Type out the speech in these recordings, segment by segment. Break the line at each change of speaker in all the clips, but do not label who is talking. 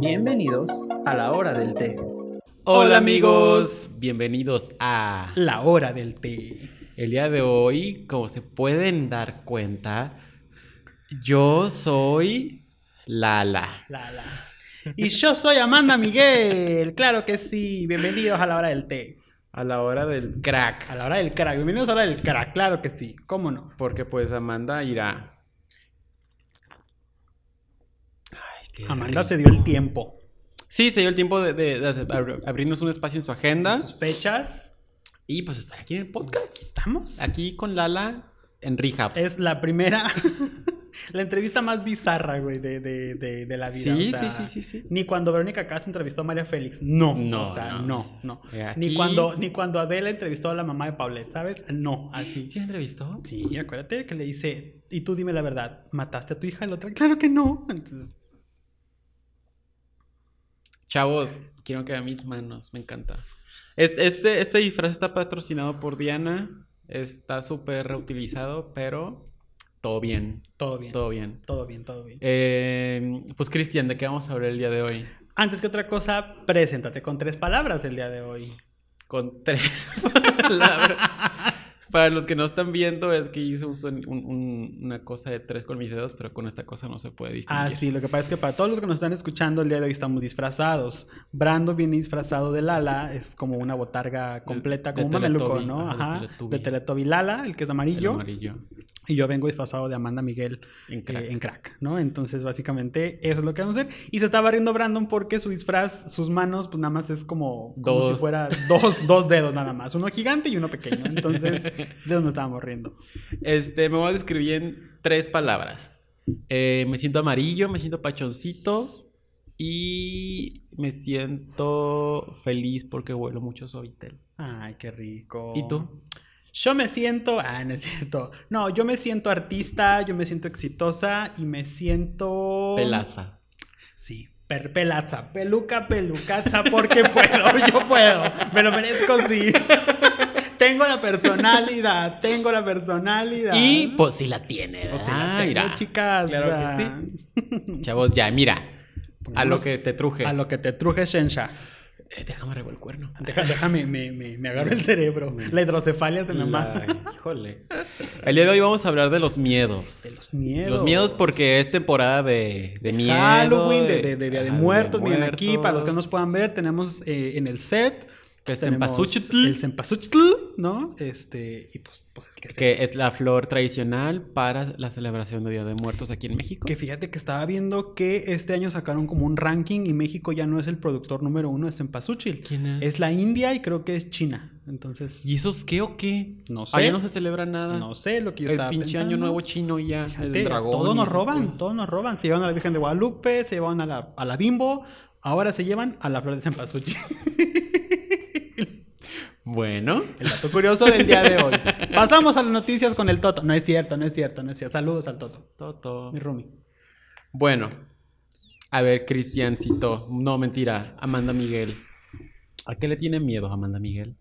Bienvenidos a la hora del té.
Hola amigos, bienvenidos a...
La hora del té.
El día de hoy, como se pueden dar cuenta, yo soy Lala.
La, la. Y yo soy Amanda Miguel. Claro que sí. Bienvenidos a la hora del té.
A la hora del
A
crack.
la hora del crack. Bienvenidos a la hora del crack. Claro que sí. ¿Cómo no?
Porque pues Amanda irá... Ay, qué
Amanda
rico.
se dio el tiempo.
Sí, se dio el tiempo de, de- de abri- abrirnos un espacio en su agenda.
Sus fechas.
Y pues estar aquí en el podcast.
¿Estamos?
Aquí con Lala en Rehab.
Es la primera. la entrevista más bizarra, güey, de, de- de- de la vida.
Sí,
o sea,
sí, sí, sí, sí.
Ni cuando Verónica Castro entrevistó a María Félix. No.
No,
O sea, no,
no.
no.
Eh, aquí-
Ni, cuando, ni cuando Adela entrevistó a la mamá de Paulette, ¿sabes? No, así.
¿Sí me entrevistó?
Sí, acuérdate que le dice, y tú dime la verdad, ¿mataste a tu hija? La otra, claro que no. Entonces,
Chavos, quiero que vean mis manos, me encanta. Es- Este, este disfraz está patrocinado por Diana, está súper reutilizado, pero todo bien,
todo bien. Todo,
todo bien.
bien, todo bien.
Eh, pues Cristian, ¿de qué vamos a hablar el día de hoy?
Antes que otra cosa, preséntate con tres palabras el día de hoy.
Con tres palabras. Para los que no están viendo, es que hice un son- un- un- una cosa de tres con mis dedos, pero con esta cosa no se puede distinguir.
Ah, sí, lo que pasa es que para todos los que nos están escuchando, el día de hoy estamos disfrazados. Brando viene disfrazado de Lala, es como una botarga completa,
de
como un mameluco,
Teletubby,
¿no?
ajá, de
Ajá.
Teletubby.
De Teletubby Lala, el que es
El
amarillo.
amarillo.
Y yo vengo disfrazado de Amanda Miguel
En
eh,
crack.
en crack, ¿no? Entonces, básicamente, eso es lo que vamos a hacer. Y se estaba riendo Brandon porque su disfraz, sus manos, pues nada más es como, como
Dos.
si fuera dos, dos dedos nada más. Uno gigante y uno pequeño. Entonces, de eso nos estábamos riendo.
Este, me voy a describir en tres palabras. Eh, me siento amarillo, me siento pachoncito y me siento feliz porque huelo mucho suavitel.
Ay, qué rico.
¿Y tú?
Yo me siento, ah, no es cierto. No, yo me siento artista, yo me siento exitosa y me siento...
Pelaza.
Sí, per pelaza, peluca, pelucaza, porque puedo, yo puedo, me lo merezco, sí. tengo la personalidad, tengo la personalidad.
Y pues sí la tiene,
Pues, sí
¿verdad?
la tengo,
Mira.
chicas.
Claro que
ah,
Chavos, ya, mira. A lo que te truje.
A lo que te truje, Shensha.
Eh, déjame revolver el cuerno. Mm.
Deja- déjame, me, me, me agarro el cerebro. La hidrocefalia se me mata.
La- Híjole. El día de hoy vamos a hablar de los miedos.
De los miedos.
Los miedos porque es temporada de, de miedo.
Halloween, de, de, de, Día de
ajá,
Muertos, miren aquí, para los que no nos
Ah, muertos.
puedan ver, tenemos eh, en el set
Que es
tenemos
cempasúchil.
El cempasúchil, ¿no? Este, y pues, pues es que, es
que
eso.
es la flor tradicional para la celebración de Día de Muertos aquí en México.
Que fíjate que estaba viendo que este año sacaron como un ranking y México ya no es el productor número uno de cempasúchil.
¿Quién es?
Es la India y creo que es China. Entonces,
¿Y esos qué o qué?
No sé.
Allá no se celebra nada.
no sé lo que yo
El
estaba
pinche
pensando.
año nuevo chino ya.
Fíjate,
el dragón.
todos
y
nos
esas
roban,
cosas.
todos nos roban. Se llevan a la Virgen de Guadalupe, se llevan a la, a la Bimbo, ahora se llevan a la flor de cempasúchil.
Bueno.
El dato curioso del día de hoy. Pasamos a las noticias con el Toto. No es cierto, no es cierto, no es cierto. Saludos al Toto,
Toto.
mi Rumi.
Bueno. A ver, Cristiancito. No, mentira. Amanda Miguel. ¿A qué le tiene miedo Amanda Miguel?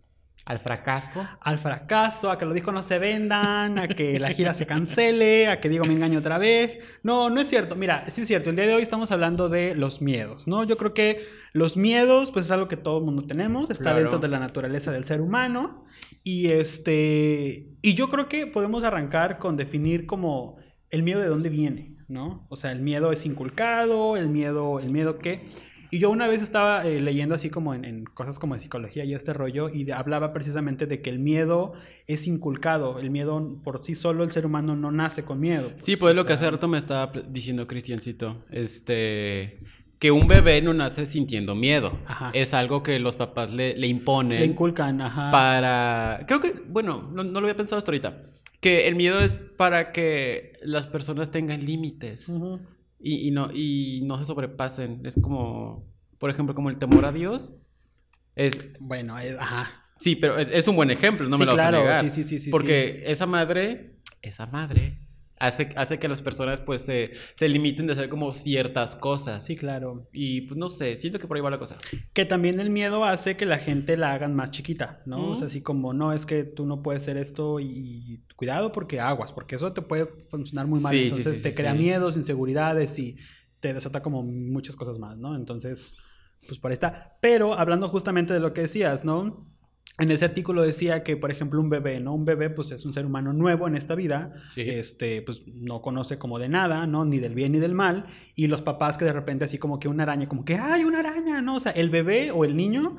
¿Al fracaso?
Al fracaso, a que los discos no se vendan, a que la gira se cancele, a que digo me engaño otra vez. No, no es cierto. Mira, sí es cierto. El día de hoy estamos hablando de los miedos, ¿no? Yo creo que los miedos, pues es algo que todo el mundo tenemos. Está
Claro.
dentro de la naturaleza del ser humano. Y este. Y yo creo que podemos arrancar con definir como el miedo de dónde viene, ¿no? O sea, el miedo es inculcado, el miedo, el miedo que... Y yo una vez estaba eh, leyendo así como en, en cosas como de psicología y este rollo y de- hablaba precisamente de que el miedo es inculcado, el miedo por sí solo el ser humano no nace con miedo.
Sí, pues es
o
lo que
sea,
hace rato me estaba pl- diciendo Cristiancito. Este. Que un bebé no nace sintiendo miedo.
Ajá.
Es algo que los papás le, le imponen.
Le inculcan, ajá.
para. Creo que. Bueno, no, no lo había pensado hasta ahorita. Que el miedo es para que las personas tengan límites
Ujú.
y, y no, y no se sobrepasen. Es como. Por ejemplo, como el temor a Dios. Es,
Bueno, es- ajá.
sí, pero es, es un buen ejemplo, no
Sí,
me lo
claro,
vas a negar.
sí, sí, sí, sí,
Porque esa madre, esa madre, hace, hace que las personas pues se, se limiten de hacer como ciertas cosas.
Sí, claro.
Y pues no sé, siento que por ahí va la cosa.
Que también el miedo hace que la gente la hagan más chiquita, ¿no? O sea,
Ujú.
así como, no, es que tú no puedes hacer esto y cuidado porque aguas, porque eso te puede funcionar muy mal.
Sí, sí,
Entonces
sí,
te
sí,
crea
sí.
miedos, inseguridades y, te desata como muchas cosas más, ¿no? Entonces, pues por ahí está. Pero hablando justamente de lo que decías, ¿no? En ese artículo decía que, por ejemplo, un bebé, ¿no? Un bebé, pues es un ser humano nuevo en esta vida,
Sí.
este, pues no conoce como de nada, ¿no? Ni del bien ni del mal, y los papás que de repente así como que una araña, como que hay una araña, ¿no? O sea, el bebé o el niño,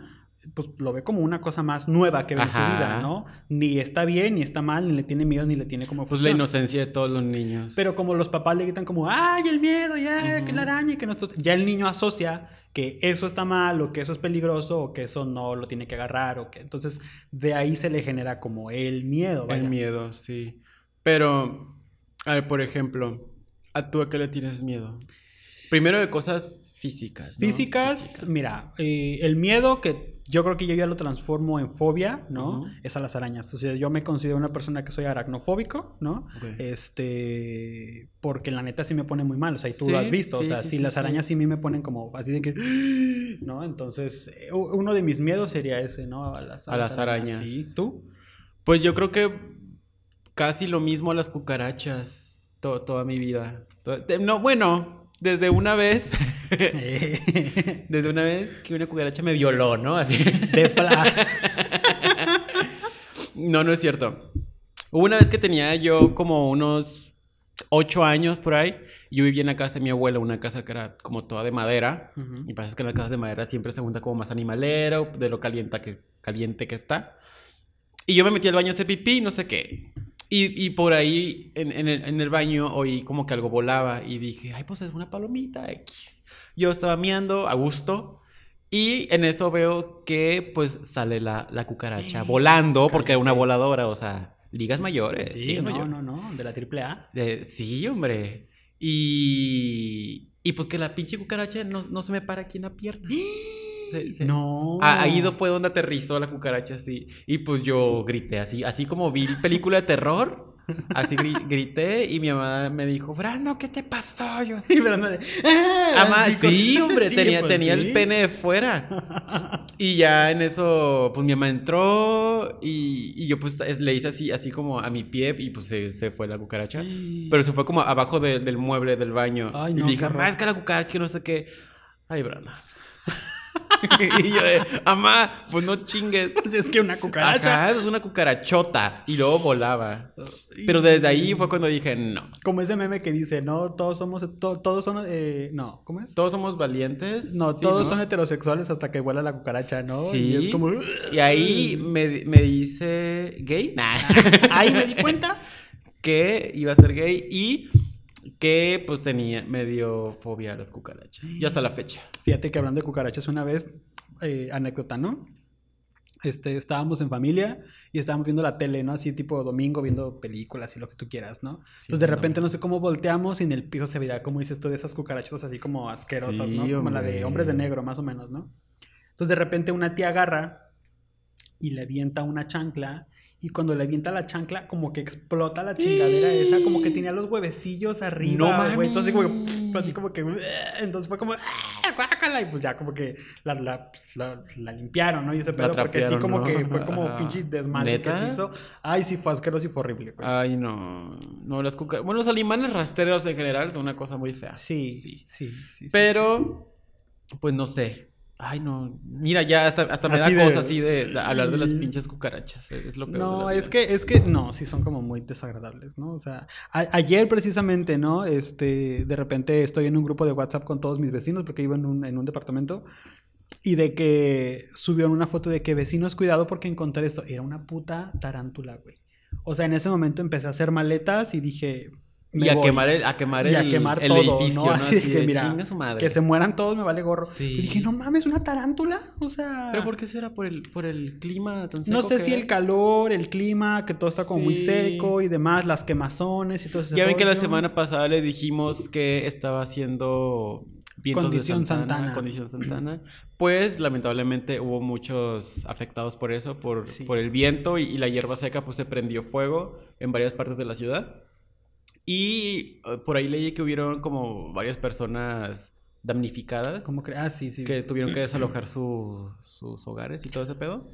pues lo ve como una cosa más nueva que ve en su
Ajá.
vida, ¿no? Ni está bien, ni está mal, ni le tiene miedo, ni le tiene como
Pues la
fusión.
inocencia de todos los niños.
Pero como los papás le gritan como, ay, el miedo, ya, que la
Ujú.
araña, y que nosotros... Ya el niño asocia que eso está mal, o que eso es peligroso, o que eso no lo tiene que agarrar, o que... Entonces, de ahí se le genera como el miedo, vaya.
El miedo, sí. Pero, a ver, por ejemplo, ¿a tú a qué le tienes miedo? Primero de cosas físicas. ¿no?
Físicas, mira, eh, el miedo que yo creo que yo ya lo transformo en fobia, ¿no?
Ujú.
Es a las arañas. O sea, yo me considero una persona que soy aracnofóbico, ¿no?
Ok.
Este, porque la neta sí me pone muy mal, o sea, y tú
Sí,
lo has visto, o
sí,
sea,
sí,
si
sí,
las
sí.
arañas sí. a mí me ponen como así de que, ¿no? Entonces, eh, u- uno de mis miedos sería ese, ¿no? A las,
A las arañas.
Sí, tú.
Pues yo creo que casi lo mismo a las cucarachas to- toda mi vida. To- te- No, bueno, desde una vez,
de
desde una vez que una cucaracha me violó, ¿no? Así.
pla-
No, no es cierto. Hubo una vez que tenía yo como unos ocho años por ahí. Yo vivía en la casa de mi abuela, una casa que era como toda de madera.
Ujú.
Y pasa que en las casas de madera siempre se junta como más animalero, de lo calienta que, caliente que está. Y yo me metí al baño a hacer pipí, no sé qué. Y, y por ahí, en, en el, en el baño, oí como que algo volaba. Y dije, ay, pues es una palomita X. Yo estaba miando a gusto. Y en eso veo que, pues, sale la, la cucaracha volando, porque era una voladora, o sea, ligas mayores.
Sí,
ligas
no,
mayores.
no, no, de la triple A.
Eh, sí, hombre. Y, y pues que la pinche cucaracha no, no se me para aquí en la pierna. Sí, sí.
No.
Ah, ahí do- fue donde aterrizó la cucaracha así. Y pues yo grité así, así como vi película de terror. Así gri- grité y mi mamá me dijo, Brando, ¿qué te pasó? Yo,
Y Fernando de, "Ah",
"Ama-
así con-
sí, hombre,
Sí,
tenía,
pues,
tenía
sí.
el pene de fuera. Y ya en eso, pues mi mamá entró y, y yo pues es- le hice así, así como a mi pie y pues se, se fue la cucaracha. Pero se fue como abajo de- del mueble del baño.
Ay,
y
no,
le dije,
qué horror.
mamá, es que la cucaracha, que no sé qué. Ay, Branda. y yo de, mamá, pues no chingues.
es que una cucaracha.
Ajá, es una cucarachota. Y luego volaba. Pero desde ahí fue cuando dije, no.
Como ese meme que dice, no, todos somos, to- todos son, eh, no, ¿cómo es?
Todos somos valientes.
No,
Sí,
todos son heterosexuales hasta que vuela la cucaracha, ¿no?
Sí.
Y es como, "Ah".
Y ahí
Mm.
me, me dice gay. Nah.
ahí me di cuenta.
que iba a ser gay y que pues tenía, me dio fobia a las cucarachas. Y hasta la fecha.
Fíjate que hablando de cucarachas una vez, eh, anécdota, ¿no? Este, estábamos en familia y estábamos viendo la tele, ¿no? Así tipo domingo, viendo películas y lo que tú quieras, ¿no? Entonces Pues de
no,
repente no sé cómo volteamos y en el piso se veía, como dices tú, de esas cucarachas así como asquerosas,
Sí,
¿no? Como la de
hombre.
hombres de negro, más o menos, ¿no? Entonces de repente una tía agarra y le avienta una chancla y cuando le avienta la chancla como que explota la chingadera esa, como que tenía los huevecillos
No
arriba,
mames.
güey. Entonces como que, pff, así como que, "Ugh", entonces fue como, "Ah, guácala", y pues ya como que la, la, pues, la- la limpiaron, ¿no? Y ese
La
pedo, porque sí
trapearon,
como
¿no?
que fue como
Ajá.
pinche desmadre que
¿Neta?
se hizo. Ay, sí, fue asqueroso y fue horrible, güey.
Ay, no. No, las cucarachas. Bueno, los animales rastreros en general son una cosa muy fea.
Sí, sí,
Sí.
sí. sí,
Pero, pues no sé. Ay, no. Mira, ya hasta, hasta me
Así
da
de-
cosa así de, de hablar de las
Sí.
pinches cucarachas. eh, Es, es lo peor. de
No,
la
es
vida.
que, es que, no, sí son como muy desagradables, ¿no? O sea, a- ayer precisamente, ¿no? Este, de repente estoy en un grupo de WhatsApp con todos mis vecinos porque vivo en un, en un departamento y de que subieron una foto de que vecinos, cuidado porque encontré esto. Era una puta tarántula, güey. O sea, en ese momento empecé a hacer maletas y dije... me
Y a
voy.
quemar el, a quemar
Y
el,
a quemar
el
todo,
edificio.
¿no?
¿no?
Así de que,
de,
mira,
"Chinga su madre.
Que se mueran todos, me vale gorro.
Sí.
Y dije, no mames, una tarántula. O sea...
Pero ¿por qué será? ¿Por el, por el clima tan
No
seco
sé
que
si
era?
el calor, el clima, que todo está como muy
Sí.
seco y demás, las quemazones y todo eso.
Ya ven que la semana pasada les dijimos que estaba haciendo vientos
Condición
de Santana,
Santana.
Condición Santana. Pues lamentablemente hubo muchos afectados por eso, por,
Sí.
por el viento y, y la hierba seca, pues se prendió fuego en varias partes de la ciudad. Y eh, por ahí leí que hubieron como varias personas damnificadas
Como que, ah, sí, sí.
que tuvieron que desalojar su- sus hogares y todo ese pedo.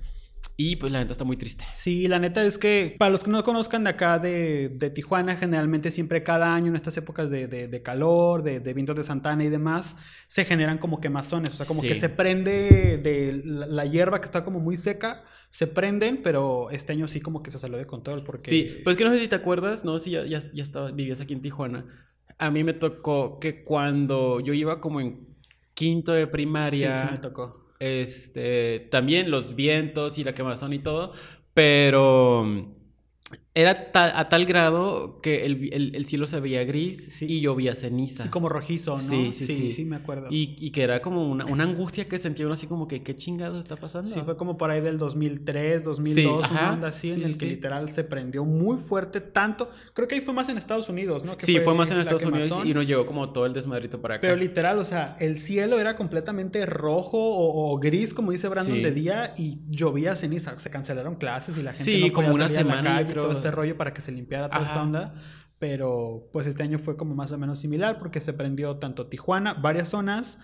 Y pues la neta está muy triste.
Sí, la neta es que para los que no conozcan de acá de, de Tijuana, generalmente siempre cada año en estas épocas de, de- de calor, de, de vientos de Santana y demás, se generan como quemazones, o sea, como
Sí.
que se prende de la, la hierba que está como muy seca, se prenden, pero este año sí como que se salió de control porque...
Sí, pues que no sé si te acuerdas, ¿no? Si ya, ya, ya estaba- vivías aquí en Tijuana. A mí me tocó que cuando yo iba como en quinto de
sí,
primaria,
sí me tocó.
este, también los vientos y la quemazón y todo, pero mm, era ta- a tal grado que el, el- el cielo se veía gris
Sí.
y llovía ceniza.
Sí, como rojizo, ¿no?
Sí, sí, sí.
me acuerdo.
Y, y que era como una, una angustia que sentía uno así como que, ¿qué chingado está pasando?
Sí, fue como por ahí del 2003, 2002,
Sí,
una
ajá.
onda así, en
Sí,
el
sí,
que
sí.
literal se prendió muy fuerte, tanto. Creo que ahí fue más en Estados Unidos, ¿no? Que
Sí, fue, más en
la
Estados Unidos
quemazón.
y nos llegó como todo el desmadrito para acá.
Pero literal, o sea, el cielo era completamente rojo o, o gris, como dice Brandon,
Sí.
de día y llovía ceniza. Se cancelaron clases y la gente
Sí,
no podía
como una
salir a la
semana,
calle y
creo.
todo este rollo para que se limpiara toda esta
Ajá.
onda. Pero pues este año fue como más o menos similar porque se prendió tanto Tijuana, varias zonas,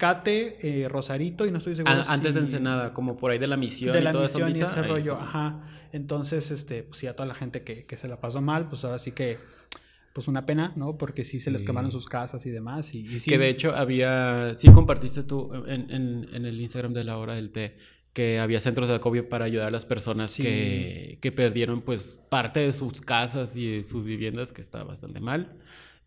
Tecate, eh, Rosarito y no estoy seguro
A- Ah, antes de
si-
Ensenada, como por ahí de la misión
de
y
la
toda esa
misión y
ondita,
ese
ahí
rollo,
está.
ajá. Entonces, este, pues sí, a toda la gente que, que se la pasó mal, pues ahora sí que, pues una pena, ¿no? Porque sí se les
Sí.
quemaron sus casas y demás. Y, y sí,
Que de hecho había, sí compartiste tú en, en- en el Instagram de la hora del té, que había centros de acopio para ayudar a las personas
Sí.
que, que perdieron pues parte de sus casas y de sus viviendas, que está bastante mal.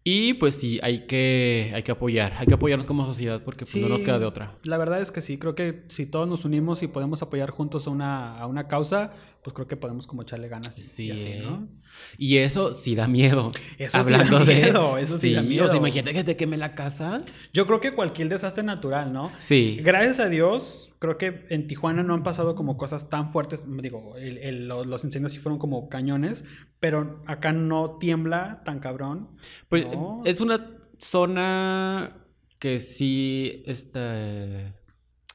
Y pues sí, hay que, hay que apoyar, hay que apoyarnos como sociedad porque pues, no nos
Sí.
queda de otra.
la verdad es que sí, creo que si todos nos unimos y podemos apoyar juntos a una, a una causa, pues creo que podemos como echarle ganas. y-
Sí,
y así,
¿eh?
¿no?
Y eso sí da miedo.
Eso sí da miedo, eso sí da
O
miedo.
sea, imagínate que te queme la casa.
Yo creo que cualquier desastre natural, ¿no?
Sí.
Gracias a Dios, creo que en Tijuana no han pasado como cosas tan fuertes. Digo, el- el- lo- los incendios sí fueron como cañones, pero acá no tiembla tan cabrón.
Pues
No.
es una zona que sí está...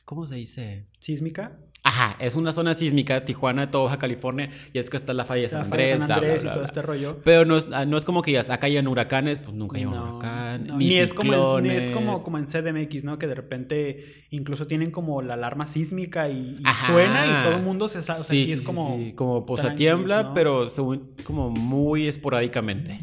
¿Cómo se dice?
sísmica.
Ajá, es una zona sísmica, Tijuana, toda Baja California, y es que está la falla de San
la falla de
Andrés,
San
bla, bla,
Andrés
bla,
y todo
bla.
este rollo.
Pero no es, ah, no es como que digas, acá hayan huracanes, pues nunca hay un
No,
huracán,
no,
ni,
es como en, ni es
ciclones.
como, como en CDMX, ¿no? Que de repente incluso tienen como la alarma sísmica y, y
Ajá.
suena y todo el mundo se sabe. O sea,
Sí,
aquí
sí,
es
sí,
como.
sí, como posa
tranqui,
tiembla,
¿no?
pero según como muy esporádicamente.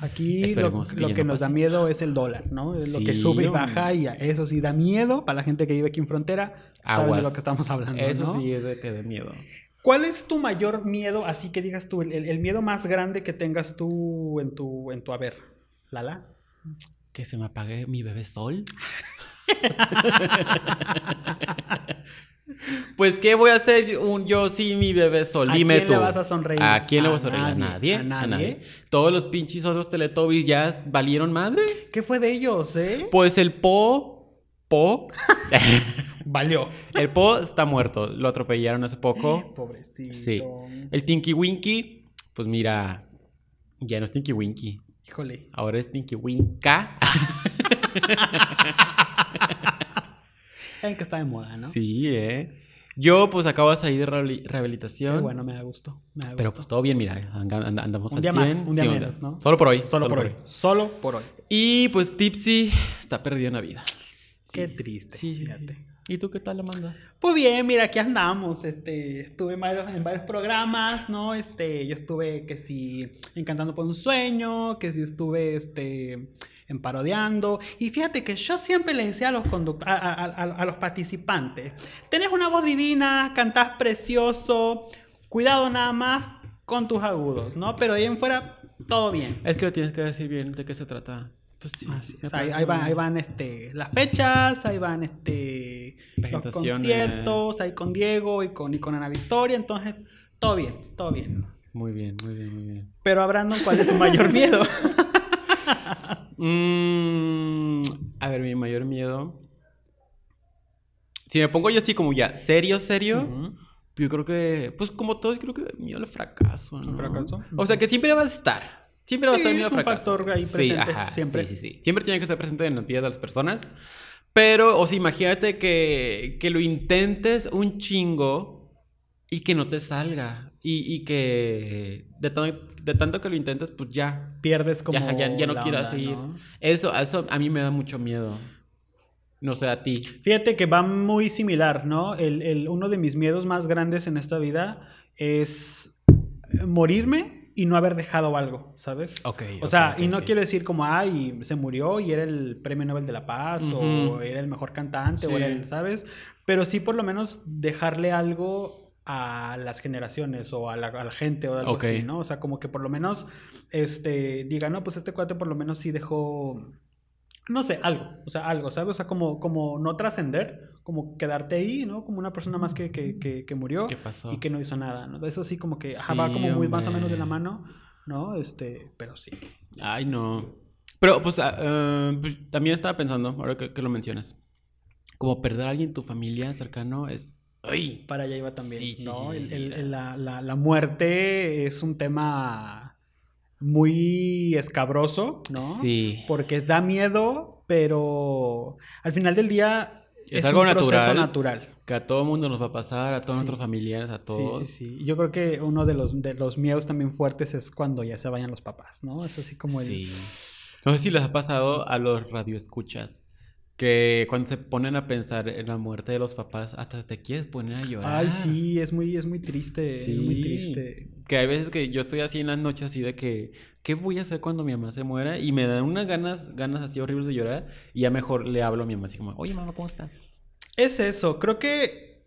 Aquí lo,
Esperemos que
lo
ya
que
no
nos da
pase.
miedo es el dólar, ¿no? Es lo que
Sí,
sube y
hombre.
baja y a- eso sí da miedo para la gente que vive aquí en frontera. Saben de
Aguas.
lo que estamos hablando,
Eso
¿no?
sí es de que de miedo.
¿Cuál es tu mayor miedo, así que digas tú, el, el- el miedo más grande que tengas tú en tu, en tu haber? ¿Lala?
Que se me apague mi bebé sol. pues, ¿qué voy a hacer un yo sin mi bebé sol? Pues Dime
¿A quién
tú.
le vas a sonreír?
¿A quién le vas a sonreír? ¿A nadie?
¿A nadie?
Todos los pinches otros Teletubbies ya valieron madre.
¿Qué fue de ellos, eh?
Pues el Po. Po.
Valió.
el Po está muerto. Lo atropellaron hace poco.
Pobrecito.
Sí. El Tinky Winky. Pues mira. Ya no es Tinky Winky.
Híjole.
Ahora es Tinky Winka.
Ah, El que está de moda, ¿no?
Sí, eh. Yo, pues acabo de salir de rehabili-
Qué
rehabilitación.
bueno, me da gusto. Me da
Pero pues
gusto.
todo bien, mira, and- and- andamos
Un
al
día más,
100,
un día
sí,
menos, ¿no?
Solo por hoy.
Solo por hoy. Solo por hoy.
Y pues Tipsy está perdida en la vida.
Qué
Sí.
triste.
Sí, sí,
fíjate.
sí. ¿Y tú qué tal, Amanda?
Pues bien, mira, aquí andamos. Este, estuve en varios, en varios programas, ¿no? Este, yo estuve que sí encantando por un sueño, que sí estuve este en parodiando. Y fíjate que yo siempre les decía a los conduct- a, a- a- a los participantes, tenés una voz divina, cantás precioso, cuidado nada más con tus agudos, ¿no? Pero de ahí en fuera, todo bien.
Es que lo tienes que decir bien de qué se trata. Pues sí.
Así
me
es, ahí,
parece
ahí van,
bien.
ahí van, este, las fechas, ahí van este, los
Presentaciones.
conciertos, ahí con Diego y con, y con Ana Victoria, entonces todo bien, todo bien.
Muy bien, muy bien, muy bien.
Pero a Brandon, ¿cuál es su mayor miedo?
Mm, a ver, mi mayor miedo. Si me pongo yo así como ya, serio, serio. Yo creo que, pues como todos, creo que miedo al fracaso, ¿no?
¿Al fracaso?
O sea, que siempre va a estar. Siempre va a
Sí,
estar miedo al
es un
fracaso.
factor ahí presente,
sí, ajá,
siempre.
Sí, sí, sí. Siempre tiene que estar presente en las vidas de las personas. Pero, o sea, imagínate que, que lo intentes un chingo y que no te salga. Y, y que de, tan- de tanto que lo intentes, pues ya.
Pierdes como
Ya, ya- ya no
la
quiero
onda,
seguir.
¿no?
Eso, a eso a mí me da mucho miedo. no sé a ti.
Fíjate que va muy similar, ¿no? El, el- uno de mis miedos más grandes en esta vida es morirme y no haber dejado algo, ¿sabes?
Ok.
O sea, y no quiero decir como, ay, se murió y era el premio Nobel de la Paz
Ujú.
o era el mejor cantante
Sí.
o era el, ¿sabes? Pero sí por lo menos dejarle algo a las generaciones o a la, a la gente o algo
Ok.
así, ¿no? O sea, como que por lo menos, este, diga, no, pues este cuate por lo menos sí dejó, no sé, algo, o sea, algo, ¿sabes? O sea, como, como no trascender, como quedarte ahí, ¿no? Como una persona más que, que, que, que murió
¿Qué pasó?
y que no hizo nada, ¿no? Eso sí como que ajá,
Sí,
va como muy más o
hombre.
menos de la mano, ¿no? Este, pero sí.
Ay, no. Pero, pues, ah, eh, pues, también estaba pensando, ahora que, que lo mencionas, como perder a alguien en tu familia cercano es... ¡Ay!
Para allá iba también,
Sí, sí,
¿no?
sí,
El-
sí,
el-
la-
el- la, la- la muerte es un tema muy escabroso, ¿no?
Sí.
Porque da miedo, pero al final del día
Es
es,
algo
un proceso
natural.
natural.
Que a todo mundo nos va a pasar, a todos
Sí.
nuestros familiares, a
Sí,
todos.
sí, sí. Yo creo que uno de los, de los miedos también fuertes es cuando ya se vayan los papás, ¿no? Es así como el...
Sí. No sé si les ha pasado a los radioescuchas que cuando se ponen a pensar en la muerte de los papás, hasta te quieres poner a llorar.
Ay, sí, es muy, es muy triste, es
Sí.
muy triste.
Que hay veces que yo estoy así en las noches así de que, ¿qué voy a hacer cuando mi mamá se muera? Y me dan unas ganas, ganas así horribles de llorar y ya mejor le hablo a mi mamá así como, oye mamá, ¿cómo estás?
Es eso, creo que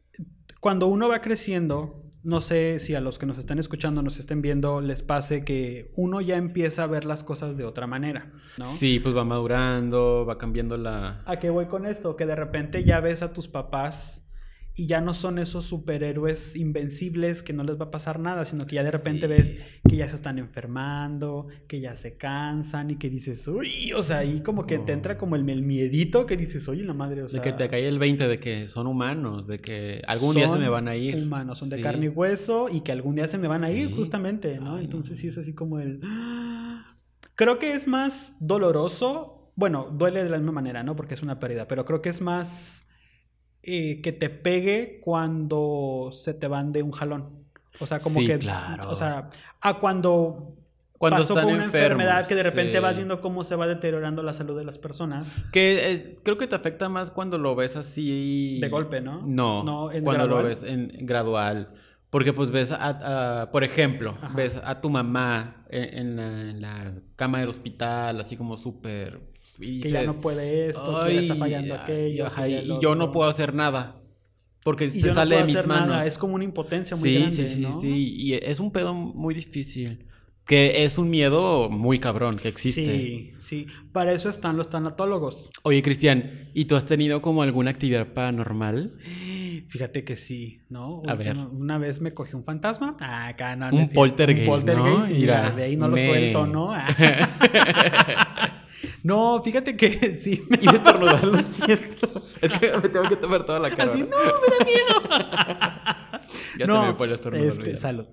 cuando uno va creciendo, no sé si a los que nos están escuchando, nos estén viendo, les pase que uno ya empieza a ver las cosas de otra manera, ¿no?
Sí, pues va madurando, va cambiando la...
¿A qué voy con esto? Que de repente ya ves a tus papás y ya no son esos superhéroes invencibles que no les va a pasar nada, sino que ya de repente
Sí.
ves que ya se están enfermando, que ya se cansan y que dices, uy, o sea, ahí como que te
Oh.
entra como el, el miedito que dices, oye, la madre, o sea...
de que te cae el 20 de que son humanos, de que algún día se
son
me van a ir.
Humanos, son de
Sí.
carne y hueso y que algún día se me van a
Sí.
ir, justamente, ¿no?
Ay, no.
Entonces sí es así como el. ¡Ah! Creo que es más doloroso. Bueno, duele de la misma manera, ¿no? Porque es una pérdida, pero creo que es más eh, que te pegue cuando se te van de un jalón. O sea, como
Sí,
que.
claro.
O sea, a cuando.
Cuando
pasó
están
por una
enfermos,
enfermedad que de repente
sí.
vas viendo cómo se va deteriorando la salud de las personas
Que es- creo que te afecta más cuando lo ves así.
de golpe, ¿no?
No,
No, en
cuando lo
gradual.
ves en gradual. Porque pues ves, a, a- por ejemplo,
Ajá.
ves a tu mamá en, en la, en la cama del hospital, así como súper... y
que ya no
dices,
puede esto, que ya está
"Ay,
fallando
ay,
aquello.
ajá,
que
y,
ya el
y yo no
otro".
puedo hacer nada. Porque
Y
se
yo no
sale
puedo
de mis
hacer
manos.
nada, es como una impotencia muy
sí,
grande,
sí, sí,
¿no?
sí. Y es un pedo muy difícil. Que es un miedo muy cabrón que existe.
Sí, sí. Para eso están los tanatólogos.
Oye, Cristian, ¿y tú has tenido como alguna actividad paranormal?
Fíjate que sí, ¿no?
A
Ulti-
ver.
Una vez me cogió un fantasma. Ah, acá no, no
Un
es cierto.
poltergeist,
Un poltergeist.
¿no?
y mira,
Mira,
de ahí no
me.
lo suelto, ¿no? Ah. no, fíjate que sí. me-
Y estornudar, lo siento. Es que me tengo que tomar toda la cara.
Así,
ahora.
no, me da miedo.
Ya
No,
se me fue el estornudo.
Este,
olvídalo.
salud.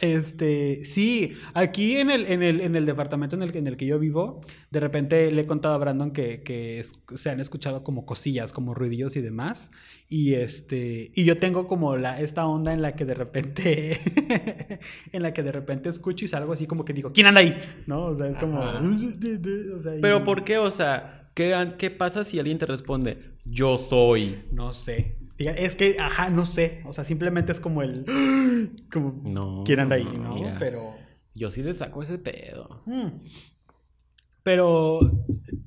Este, sí, aquí en el, en el, en el departamento en el, que- en el que yo vivo, de repente le he contado a Brandon que, que es- se han escuchado como cosillas, como ruidillos y demás. Y este, y yo tengo como la, esta onda en la que de repente, en la que de repente escucho y salgo así como que digo, ¿quién anda ahí? ¿No? O sea, es como.
Ajá.
o sea, y-
Pero ¿por qué? O sea, ¿qué, ¿qué pasa si alguien te responde? Yo soy.
No sé. Fija- Es que, ajá, no sé. O sea, simplemente es como el. Como,
No,
¿Quién anda ahí?
no,
¿No?
mira.
Pero.
Yo sí le saco ese pedo.
Mm. Pero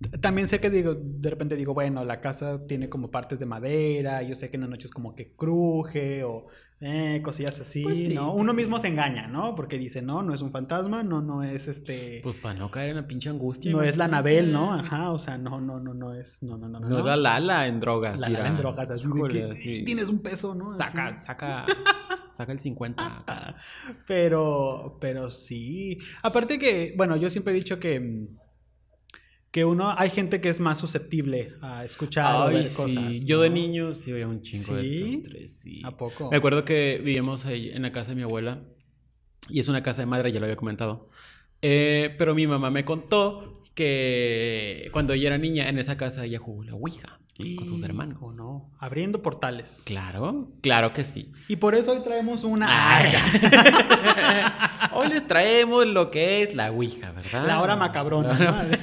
t- también sé que digo, de repente digo, bueno, la casa tiene como partes de madera, yo sé que en las noches como que cruje o eh, cosillas así,
Pues sí,
¿no?
pues
Uno
sí.
mismo se engaña, ¿no? Porque dice, no, no es un fantasma, no, no es este,
Pues para no caer en la pinche angustia.
no es la
imagínate.
Anabel, ¿no? Ajá, o sea, no, no, no, no es, no, no, no, no.
No es la Lala en drogas.
La
mira.
Lala en drogas, así de
Híjole,
que
así.
"Ey, tienes un peso, ¿no? Así.
Saca, saca, saca el 50. acá.
Pero, pero sí. Aparte que, bueno, yo siempre he dicho que mm, que uno, hay gente que es más susceptible a escuchar o
Ay,
ver
sí.
cosas.
Yo de
¿no?
niño sí veía un chingo
¿Sí?
de desastres. Sí.
¿A poco?
Me acuerdo que vivíamos ahí en la casa de mi abuela y es una casa de madre, ya lo había comentado. Eh, pero mi mamá me contó que cuando ella era niña en esa casa ella jugó la Ouija con sus hermanos.
¿O no? Abriendo portales.
Claro, claro que sí.
Y por eso hoy traemos una.
Ah, Hoy les traemos lo que es la Ouija, ¿verdad?
la hora macabrona.
La hora-
¿no?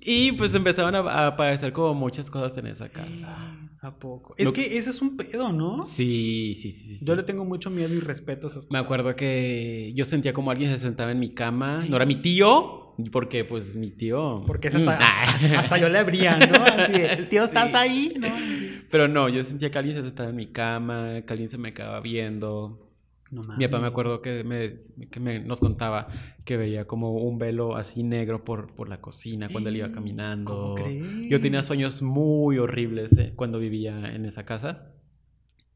Y pues empezaron a, a aparecer como muchas cosas en esa casa.
¿A poco? Es
Lo-
que ese es un pedo, ¿no?
Sí, sí, sí. sí.
Yo le tengo mucho miedo y respeto a esas cosas.
Me acuerdo que yo sentía como alguien se sentaba en mi cama. No era mi tío, porque pues mi tío.
Porque es
Mm,
hasta,
ah.
hasta yo le abría, ¿no? Así de, tío, ¿estás
Sí.
ahí? ¿No?
Pero no, yo sentía que alguien se sentaba en mi cama, que alguien se me acaba viendo.
No mames.
Mi papá me acuerdo que, me, que me- nos contaba que veía como un velo así negro por, por la cocina cuando él iba caminando.
¿Cómo crees?
Yo tenía sueños muy horribles eh, cuando vivía en esa casa.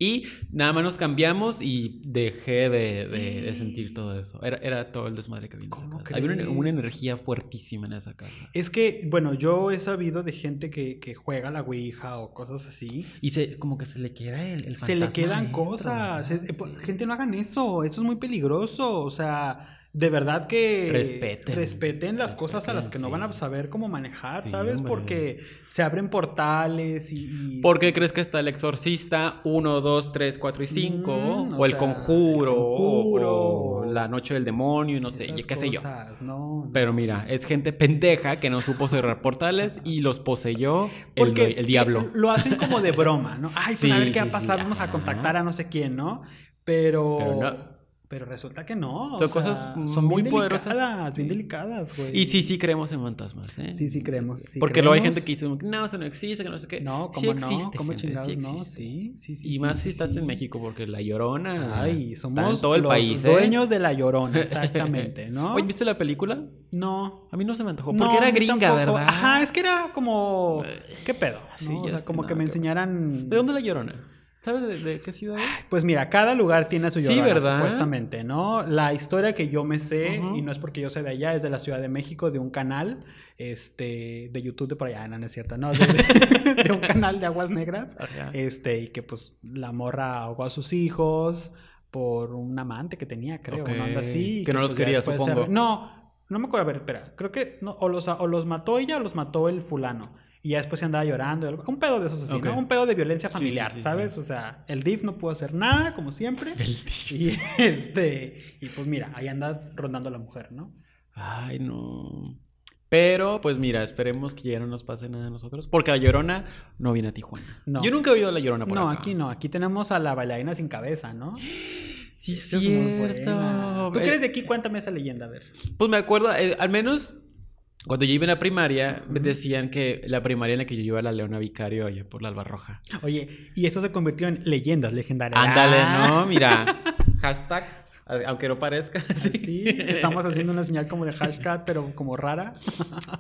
Y nada más nos cambiamos y dejé de, de- de sentir todo eso. Era, era todo el desmadre que había en esa
¿Cómo
casa. Había una,
crees?
una energía fuertísima en esa casa.
Es que, bueno, yo he sabido de gente que, que juega la Ouija o cosas así.
Y se, como que se le queda el, el
Se le
fantasma
quedan
adentro,
cosas.
¿verdad?
Es- eh, po-
Sí.
Gente, no hagan eso. Eso es muy peligroso. O sea, de verdad que
Respeten.
respeten las cosas a las que
Respeten,
no van a
sí.
saber cómo manejar,
Sí,
¿sabes?
hombre.
Porque se abren portales y... y-
¿Por qué crees que está el exorcista 1, 2, 3, 4 y 5?
Mm,
o
o
el
sea,
conjuro,
el conjuro,
o, o la noche del demonio, y no sé,
esas
y qué sé yo.
cosas, No, no.
Pero mira, es gente pendeja que no supo cerrar portales y los poseyó el,
Porque eh,
due- el diablo.
Lo hacen como de broma, ¿no? Ay, pues a
Sí,
ver qué va a
sí, sí,
pasar, vamos a
ajá.
contactar a no sé quién, ¿no? Pero.
Pero
Pero,
no.
resulta que no. o sea,
Son cosas
son
muy
bien
poderosas.
Delicadas, bien
Sí.
delicadas, güey.
Y sí, sí creemos en fantasmas, ¿eh?
eh, Sí, sí creemos, sí
Porque luego hay
creemos.
gente que dice, no, eso no existe, que no sé qué.
No,
Sí
¿cómo no?
existe,
¿Cómo
gente, sí
chingados no?
existe.
Sí, sí, sí.
y
sí,
más
sí,
si estás
sí.
en México, porque la llorona.
Ay,
está
somos
en todo el
los
país. ¿eh?
dueños de la llorona, exactamente, ¿no?
Oye, ¿viste la película?
no.
A mí no se me antojó.
No,
Porque
a
era
mí
gringa,
tampoco.
¿verdad?
Ajá, es que era como.
Eh,
¿Qué pedo?
sí,
no? O
ya
sea,
sé,
como
no,
que me
qué-
enseñaran.
¿De dónde la llorona? ¿Sabes de, de qué ciudad es?
Pues mira, cada lugar tiene su
Sí,
llorona,
¿verdad?
supuestamente, ¿no? La historia que yo me sé,
Ujú.
y no es porque yo sea de allá, es de la Ciudad de México, de un canal, este, de YouTube de por allá, no, no es cierto, ¿no? De, de un canal de aguas negras,
Ajá.
este, y que pues la morra ahogó a sus hijos por un amante que tenía, creo,
Ok,
una onda así. y pues,
que no los
ya
quería,
después
supongo.
No, no me acuerdo, a ver, espera, creo que no, o, los, o los mató ella o los mató el fulano. Y ya después se andaba llorando. y algo- Un pedo de esos así,
Ok.
¿no? Un pedo de violencia
Sí, sí,
familiar,
sí, sí.
¿sabes? O sea, el DIF no pudo hacer nada, como siempre.
El tío.
Y este, y pues mira, ahí anda rondando la mujer, ¿no?
Ay, no. Pero, pues mira, esperemos que ya no nos pase nada a nosotros. Porque la llorona no viene a Tijuana.
No.
Yo nunca he oído a la llorona por
No,
acá.
aquí no, aquí tenemos a la bailarina sin cabeza, ¿no?
Sí,
Esa es muy
cierto.
buena. ¿Tú
Eh,
crees de aquí? Cuéntame esa leyenda, a ver.
Pues me acuerdo, eh, al menos cuando yo iba en la primaria, me
Ujú.
decían que la primaria en la que yo iba era la Leona Vicario allá por la Albarroja.
Ah. Oye, y esto se convirtió en leyendas legendarias.
Ándale,
Ah,
¿no? Mira. Hashtag, a- aunque no parezca.
sí,
Sí.
estamos haciendo una señal como de hashtag, pero como rara.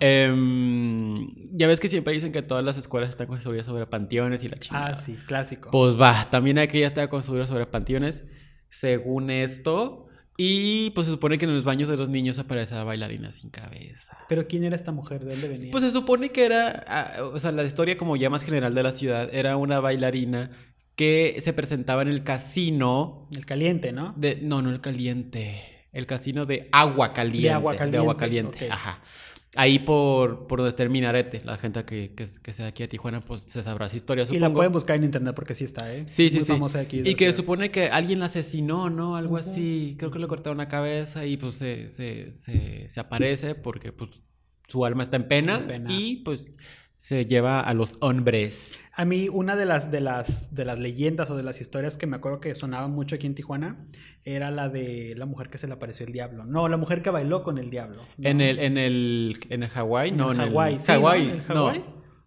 Em, ya ves que siempre dicen que todas las escuelas están con historias sobre panteones y la chingada.
Ah, sí, clásico.
Pues va, también aquí ya está construido sobre panteones, según esto. Y pues se supone que en los baños de los niños aparece la bailarina sin cabeza.
Pero ¿quién era esta mujer? ¿De dónde venía?
Pues se supone que era, ah, o sea, la historia como ya más general de la ciudad, era una bailarina que se presentaba en el casino
el caliente, ¿no?
de, no, no el caliente, el casino de agua caliente.
Agua Caliente,
De agua caliente,
ok.
ajá. Ahí por, por donde está el minarete, la gente que, que, que sea de aquí a Tijuana, pues se sabrá esa historia,
Y
supongo.
la pueden buscar en internet porque sí está, ¿eh?
Sí, sí,
Muy
sí.
famosa aquí de
Y que
ciudad.
supone que alguien la asesinó, ¿no?
Ujú.
Algo así. Creo que le cortaron la cabeza y pues se, se, se, se aparece porque pues su alma está en pena,
En pena.
y pues se lleva a los hombres.
A mí una de las, de, las, de las leyendas o de las historias que me acuerdo que sonaba mucho aquí en Tijuana era la de la mujer que se le apareció el diablo. No, la mujer que bailó con el diablo. ¿no?
En el, en el, en el Hawái,
En
no,
el
en el
Hawái, sí, ¿no?
Hawái,
¿En el
no.
Hawái?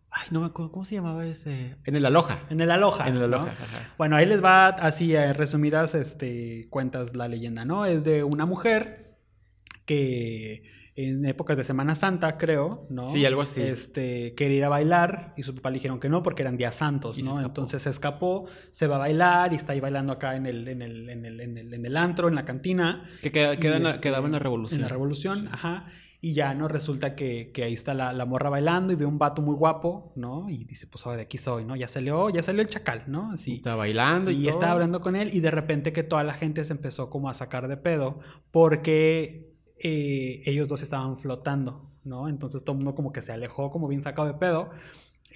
Ay, no me acuerdo, ¿cómo se llamaba ese? En el Aloha.
En el aloja.
En el
¿no?
Aloha. ajá.
Bueno, ahí les va así a resumidas este, cuentas la leyenda, ¿no? Es de una mujer que en épocas de Semana Santa, creo, ¿no?
Sí, algo así.
Este, quería ir a bailar y su papá le dijeron que no porque eran días santos,
Y se
¿no?
escapó.
Entonces se escapó, se va a bailar y está ahí bailando acá en el, en el, en el, en el, en el antro, en la cantina.
Que queda-
Y,
quedan-
este,
quedaba en la revolución.
En la revolución, ajá. Y ya, ¿no? Resulta que, que ahí está la, la morra bailando y ve un vato muy guapo, ¿no? Y dice, pues, ahora de aquí soy, ¿no? Ya salió, ya salió el chacal, ¿no? Así.
Estaba bailando y,
Y
todo.
estaba hablando con él y de repente que toda la gente se empezó como a sacar de pedo porque eh, ellos dos estaban flotando, ¿no? Entonces todo el mundo como que se alejó como bien sacado de pedo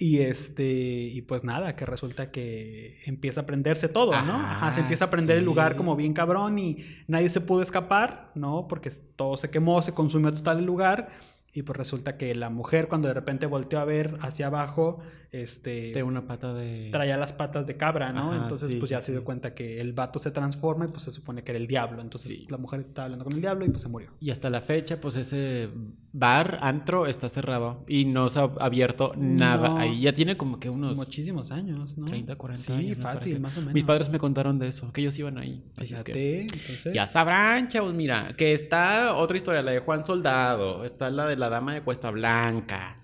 y este y pues nada, que resulta que empieza a prenderse todo, ¿no? Ajá, se
Ah,
empieza a prender el lugar
sí.
como bien cabrón y nadie se pudo escapar, ¿no? Porque todo se quemó, se consumió total el lugar Y pues resulta que la mujer cuando de repente volteó a ver hacia abajo, este,
De una pata de...
traía las patas de cabra, ¿no?
Ajá,
Entonces,
sí,
pues ya
sí,
se dio
sí.
cuenta que el vato se transforma y pues se supone que era el diablo. Entonces,
Sí.
la mujer estaba hablando con el diablo y pues se murió.
Y hasta la fecha, pues ese bar, antro, está cerrado y no se ha abierto nada
No.
ahí. Ya tiene como que unos...
Muchísimos años, ¿no?
30, 40
Sí,
años, me parece.
fácil, más o menos.
Mis padres me contaron de eso, que ellos iban ahí. Así es que-
Fíjate, entonces.
Ya sabrán, chavos, mira, que está otra historia, la de Juan Soldado, está la de la dama de Cuesta Blanca,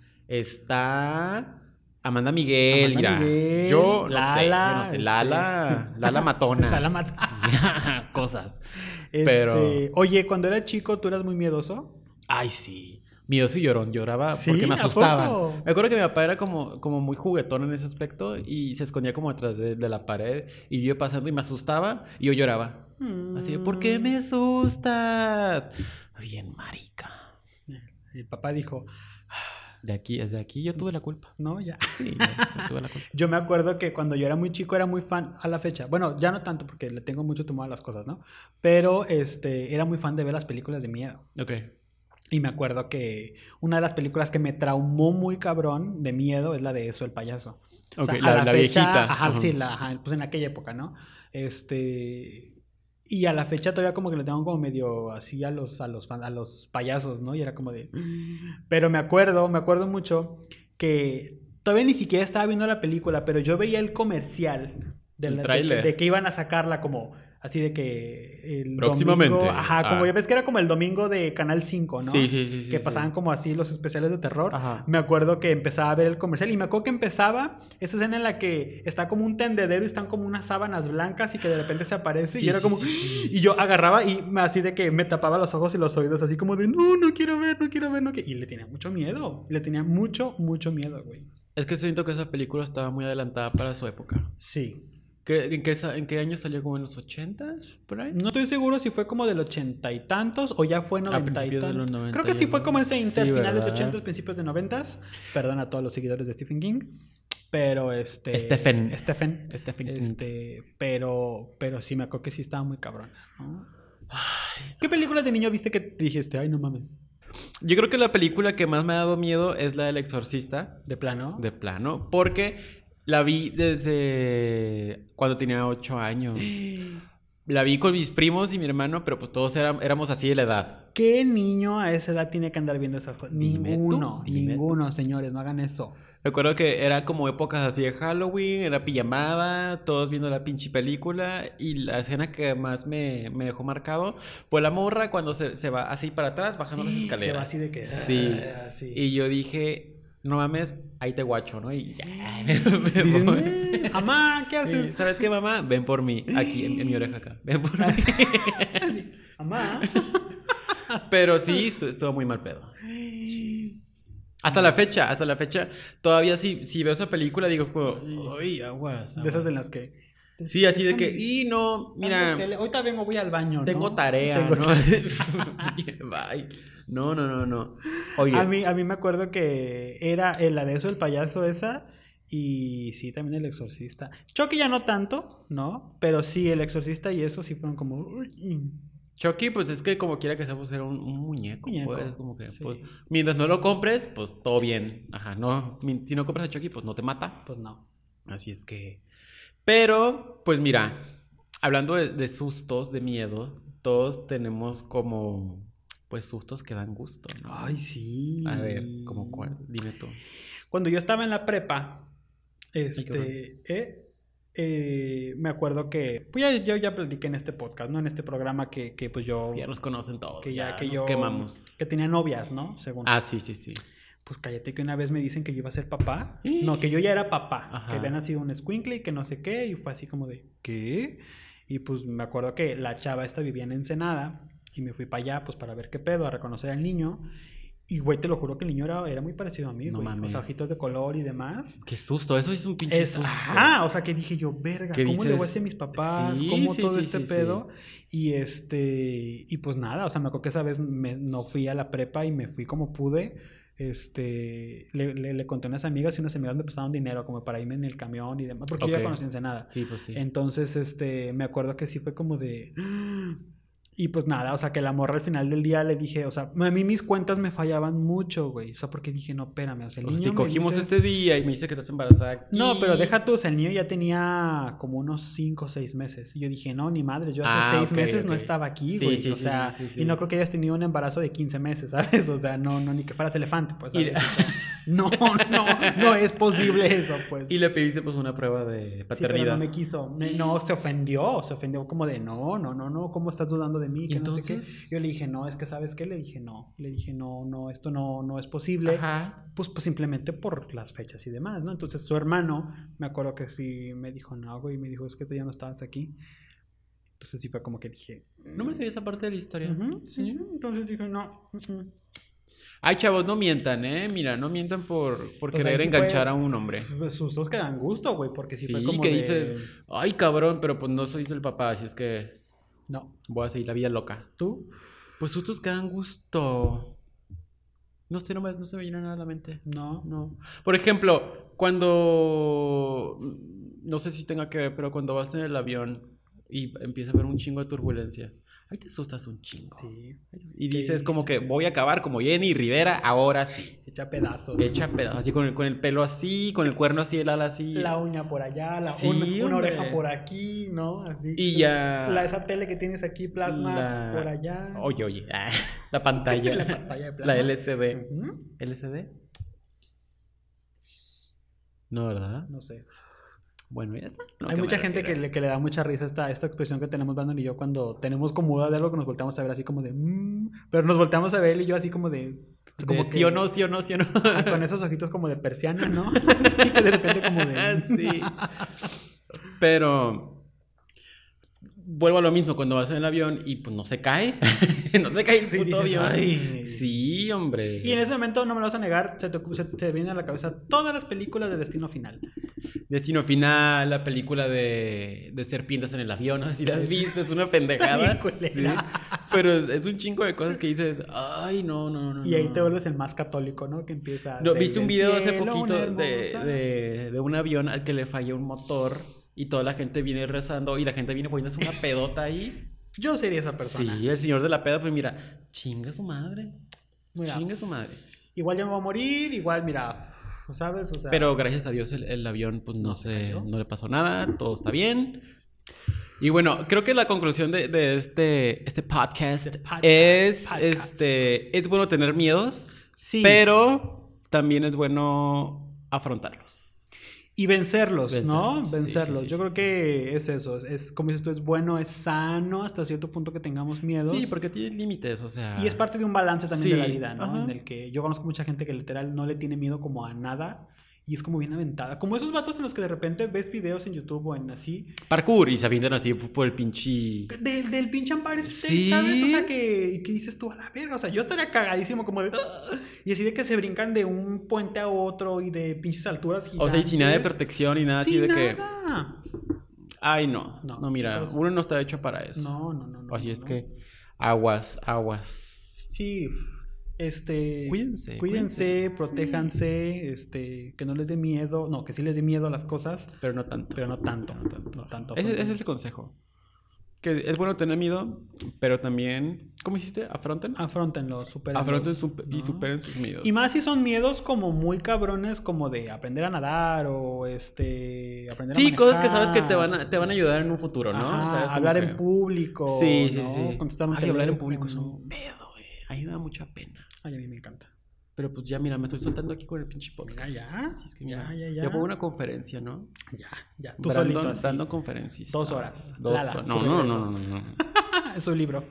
está Amanda Miguel,
Amanda
mira.
Miguel,
yo, Lala, sé,
Lala,
yo no sé,
este-
Lala, Lala Matona.
La mata.
Cosas.
Este,
Pero-
Oye, cuando era chico, ¿tú eras muy miedoso?
Ay, sí. Miedoso y llorón, lloraba
¿Sí?
Ah, porque me
¿A poco?
asustaban. Me acuerdo que mi papá era como, como muy juguetón en ese aspecto y se escondía como atrás de, de la pared y yo iba pasando y me asustaba y yo lloraba. Mm. Así,
Mm.
de, ¿por qué me asustas? Bien, marica.
El papá dijo,
De aquí, de aquí yo tuve la culpa.
no, ya.
Sí, yo, yo tuve la culpa.
Yo me acuerdo que cuando yo era muy chico era muy fan a la fecha. Bueno, ya no tanto porque le tengo mucho temor a las cosas, ¿no? Pero este, era muy fan de ver las películas de miedo.
Ok.
Y me acuerdo que una de las películas que me traumó muy cabrón de miedo es la de Eso, el payaso. O sea,
Ok,
a
la, la
fecha-
viejita.
Ajá,
Ajá.
sí, la- ajá, pues en aquella época, ¿no? Este. Y a la fecha todavía como que le tengo como medio así a los, a los, fan- a los payasos, ¿no? Y era como de.
Mm.
Pero me acuerdo, me acuerdo mucho que todavía ni siquiera estaba viendo la película, pero yo veía el comercial de,
El
la- de
tráiler.
que- de que iban a sacarla como así de que el
Próximamente.
domingo- ajá, como
Ah.
ya ves que era como el domingo de Canal 5, ¿no?
Sí, sí, sí. sí,
que
sí.
pasaban como así los especiales de terror.
Ajá.
Me acuerdo que empezaba a ver el comercial y me acuerdo que empezaba esa escena en la que está como un tendedero y están como unas sábanas blancas y que de repente se aparece
Sí,
y era
sí,
como...
sí, sí.
Y yo agarraba y me- así de que me tapaba los ojos y los oídos así como de no, no quiero ver, no quiero ver, no quiero... Y le tenía mucho miedo, le tenía mucho, mucho miedo, güey.
Es que siento que esa película estaba muy adelantada para su época.
Sí.
¿Qué- en, qué, sa- ¿En qué año salió? ¿Como en los 80s? ¿Por ahí?
No estoy seguro si fue como del ochenta y tantos o ya fue noventa y
principios de los
tantos.
90
Creo que sí
ya,
fue
¿no?
como ese inter,
Sí,
finales de
¿verdad?
ochentas, principios de noventas. Perdón a todos los seguidores de Stephen King. Pero este...
Stephen.
Stephen.
Stephen King.
Este, pero, pero sí, me acuerdo que sí estaba muy cabrón. ¿no? ¿Qué películas de niño viste que te dijiste, ay, no mames?
Yo creo que la película que más me ha dado miedo es la del exorcista,
De plano.
de plano, porque la vi desde cuando tenía 8 años. La vi con mis primos y mi hermano, pero pues todos eram- éramos así de la edad.
¿Qué niño a esa edad tiene que andar viendo esas cosas?
Dime tú,
Ninguno,
dime
ninguno, señores, no hagan eso.
Recuerdo que era como épocas así de Halloween, era pijamada, todos viendo la pinche película y la escena que más me, me dejó marcado fue la morra cuando se, se va así para atrás bajando las
Sí, que va
escaleras.
así de que. ah,
Sí.
así.
Y yo dije, no mames, ahí te guacho, ¿no? Y ya. me
Dicen,
voy.
"Eh, mamá, ¿qué
Sí,
haces?
¿Sabes qué, mamá? Ven por mí, aquí, en, en mi oreja acá. Ven por mí.
Ah. Mamá.
Pero sí, estu- estuvo muy mal pedo. Hasta la fecha, hasta la fecha, todavía si, si veo esa película digo, como, ay, aguas.
De esas
aguas".
de las que.
Sí, así de que, y no, mira,
Ándale, Ahorita vengo, voy al baño. ¿no?
tengo tarea,
Tengo
¿no?
tarea.
Bye. No, no, no, no. Oye,
A mí, a mí me acuerdo que era eh, la de eso, el payaso esa. Y sí, también el exorcista. Chucky ya no tanto, ¿no? Pero sí, el exorcista y eso sí fueron como... "Uy,
Chucky, pues es que como quiera que sea, pues era un, un muñeco,
Muñeco,
pues, como que,
sí".
pues, mientras no lo compres, pues todo bien. Ajá, no, mi- si no compras a Chucky, pues no te mata.
Pues no.
Así es que. Pero, pues mira, hablando de, de sustos, de miedo, todos tenemos como, pues, sustos que dan gusto, ¿no?
Ay, sí.
A ver, como cuál, dime tú.
Cuando yo estaba en la prepa,
Ay,
este, eh, eh, me acuerdo que, pues ya- yo ya platiqué en este podcast, ¿no? En este programa que, que pues yo,
Ya nos conocen todos.
Que ya-
ya,
que
nos
yo-
quemamos.
que tenía novias, ¿no? Según.
Ah, sí, sí, sí.
Pues cállate que una vez me dicen que yo iba a ser papá. No, que yo ya era papá.
Ajá.
Que había nacido un squinkle y que no sé qué. Y fue así como de, ¿qué? Y pues me acuerdo que la chava esta vivía en Ensenada. Y me fui para allá, pues para ver qué pedo, a reconocer al niño. Y güey, te lo juro que el niño era, era muy parecido a mí,
No
güey. O
mames.
sea, ojitos de color y demás.
Qué susto, eso es un pinche
Es,
susto.
ajá, o sea, que dije yo, verga,
¿Qué
¿cómo le voy a
dices?
hacer a mis papás?
Sí,
¿Cómo
sí,
todo
sí,
este
sí, sí.
pedo? Y este, y pues nada, o sea, me acuerdo que esa vez me- no fui a la prepa y me fui como pude. Este, le, le- le conté a unas amigas y unas amigas me prestaron dinero como para irme en el camión y demás, porque yo ya
Ok.
conocía Ensenada.
Sí, pues sí.
Entonces, este, me acuerdo que sí fue como de, Y pues nada, o sea, que la morra al final del día le dije, o sea, a mí mis cuentas me fallaban mucho, güey. O sea, porque dije, no, espérame, o sea, el
O sea,
niño
si
me
cogimos
dices-
este día y me dice que estás embarazada. aquí,
No, pero deja tú, o sea, el niño ya tenía como unos 5 o 6 meses. Y yo dije, no, ni madre, yo
Ah,
hace 6
ok,
meses no
ok.
estaba aquí,
Sí,
güey.
sí,
o
sí,
sea,
sí, sí, sí.
y no creo que hayas tenido un embarazo de 15 meses, ¿sabes? O sea, no, no, ni que fueras elefante, pues.
Y-
¿sabes? O sea, no, no, no es posible eso, pues.
Y le pediste pues una prueba de
Sí, pero
paternidad.
no me quiso. Me- no, se ofendió. Se ofendió como de, no, no, no, no, ¿cómo estás dudando de mí?
¿Y
Que no sé qué.
entonces?
Yo le dije, no, es que ¿sabes qué? Le dije, no. Le dije, no, no, esto no, no es posible.
Ajá.
Pues, pues simplemente por las fechas y demás, ¿no? Entonces su hermano, me acuerdo que sí me dijo, no, güey, me dijo, es que tú ya no estabas aquí. Entonces sí fue como que dije,
No me sabía esa parte de la historia.
"Ujú,
Sí.
ujú". Entonces dije, no. mm, ujú".
Ay, chavos, no mientan, ¿eh? Mira, no mientan por, por
Pues ahí
querer
sí
enganchar
fue-
a un hombre.
Pues, sustos que dan gusto, güey, porque sí, fue
Sí,
como
que
de,
dices- Ay, cabrón, pero pues no soy el papá, así es que
No,
voy a seguir la vida loca.
tú,
Pues sustos que dan gusto. No sé, no, me- no se me viene nada a la mente.
no.
No. Por ejemplo, cuando. No sé si tenga que ver, pero cuando vas en el avión y empieza a haber un chingo de turbulencia. Ahí te asustas un chingo.
Sí,
Y dices
Sí.
como que voy a acabar como Jenny Rivera ahora sí.
echa pedazos.
Hecha pedazos, así con el, con el pelo así, con el cuerno así, el ala así.
La uña por allá, la
Sí,
una, una
hombre.
oreja por aquí, ¿no? Así.
Y ya-
La, esa tele que tienes aquí, plasma
La-
por allá.
Oye, oye. ah, la pantalla.
La pantalla de plasma.
La LCD.
Ujú.
¿LCD? No, ¿verdad?
No sé.
Bueno, ya está. No,
Hay
¿qué
mucha
me
gente que
refiero?
le, que le da mucha risa esta, esta expresión que tenemos Brandon y yo cuando tenemos como duda de algo que nos volteamos a ver así como de "Mm", pero nos volteamos a ver él y yo así como de o sea,
De
como
sí o no, sí o no, sí o no.
ajá, con esos ojitos como de persiana, ¿no? Así que de repente como de "Mm".
sí. Pero vuelvo a lo mismo cuando vas en el avión y pues no se cae. no se cae el
Y
puto
dices,
avión.
"Ay".
Sí, hombre.
Y en ese momento, no me lo vas a negar, se te, ocu- se te vienen a la cabeza todas las películas de Destino Final.
Destino final, la película de, de serpientes en el avión, no sé si la has visto, es una pendejada.
Bien culera.
Sí. Pero es, es un chingo de cosas que dices, ay, no, no, no.
Y ahí
no".
te vuelves el más católico, ¿no? Que empieza.
Mm. No,
desde
¿Viste un
el
video hace
cielo,
poquito
una
de,
hermosa-
de- de un avión al que le falló un motor y toda la gente viene rezando y la gente viene poniéndose una pedota ahí?
Yo sería esa persona.
Sí, el señor de la peda, pues mira, chinga su madre.
Mira,
Chinga su madre.
Igual ya me voy a morir, igual, mira, ¿sabes? O sea,
Pero gracias a Dios el, el avión, pues no,
No se
se,
cayó.
no le pasó nada, todo está bien. Y bueno, creo que la conclusión de, de este, este podcast,
Este podcast,
es,
podcast.
este, es bueno tener miedos,
sí.
pero también es bueno afrontarlos.
Y vencerlos,
Vencerlos,
¿no?
sí,
Vencerlos.
sí, sí,
Yo creo
sí,
que es eso. Es como dices tú, es bueno, es sano hasta cierto punto que tengamos miedos.
Sí, porque tiene límites, o sea.
Y es parte de un balance también
Sí,
de la vida, ¿no?
ajá.
En el que yo conozco mucha gente que literal no le tiene miedo como a nada y es como bien aventada. Como esos vatos en los que de repente ves videos en YouTube o en así,
Parkour y se avientan así por el pinche.
de- del pinche Empire State,
Sí.
¿sabes? O sea, que, que dices tú a la verga. O sea, yo estaría cagadísimo como de. "Ah", Y así de que se brincan de un puente a otro y de pinches alturas
O sea, y sin nada de
gigantes.
protección y nada así
Sin
de que.
nada.
Ay, no. No,
No,
mira,
chicos.
uno no está hecho para eso.
No, no, no. no
pues, así
no,
es
no.
que. Aguas, aguas.
Sí. Este.
Cuídense.
Cuídense, protéjanse, este, que no les dé miedo, no, que sí les dé miedo a las cosas,
Pero no tanto.
pero no tanto, no tanto, no tanto.
Ese, ese es el consejo. Que es bueno tener miedo, pero también. ¿Cómo hiciste? Afronten.
Ah, Afrontenlo, superen.
Afronten su- y superen sus miedos.
Y más si son miedos como muy cabrones, como de aprender a nadar o este, aprender a
Sí, cosas que sabes
manejar.
que te van a, te van a ayudar en un futuro, ¿no?
Ajá,
Sabes como
hablar
que-
en público.
Sí, sí,
¿no?
sí.
Contestar un
Ay, hablar en
teléfono.
público es un pedo, güey. A mí me da mucha pena.
Ay, a mí me encanta.
Pero pues ya, mira, me estoy soltando aquí con el pinche
Mira,
podcast.
ya.
Sí, es que mira,
ya, ya,
ya.
ya.
pongo una conferencia, ¿no?
Ya, ya. Tú
Brandon
solito. así.
dando conferencias.
Dos horas.
Dos
Lala,
horas.
su
No, no,
regreso.
no, no, no, no.
Ah, Es su libro.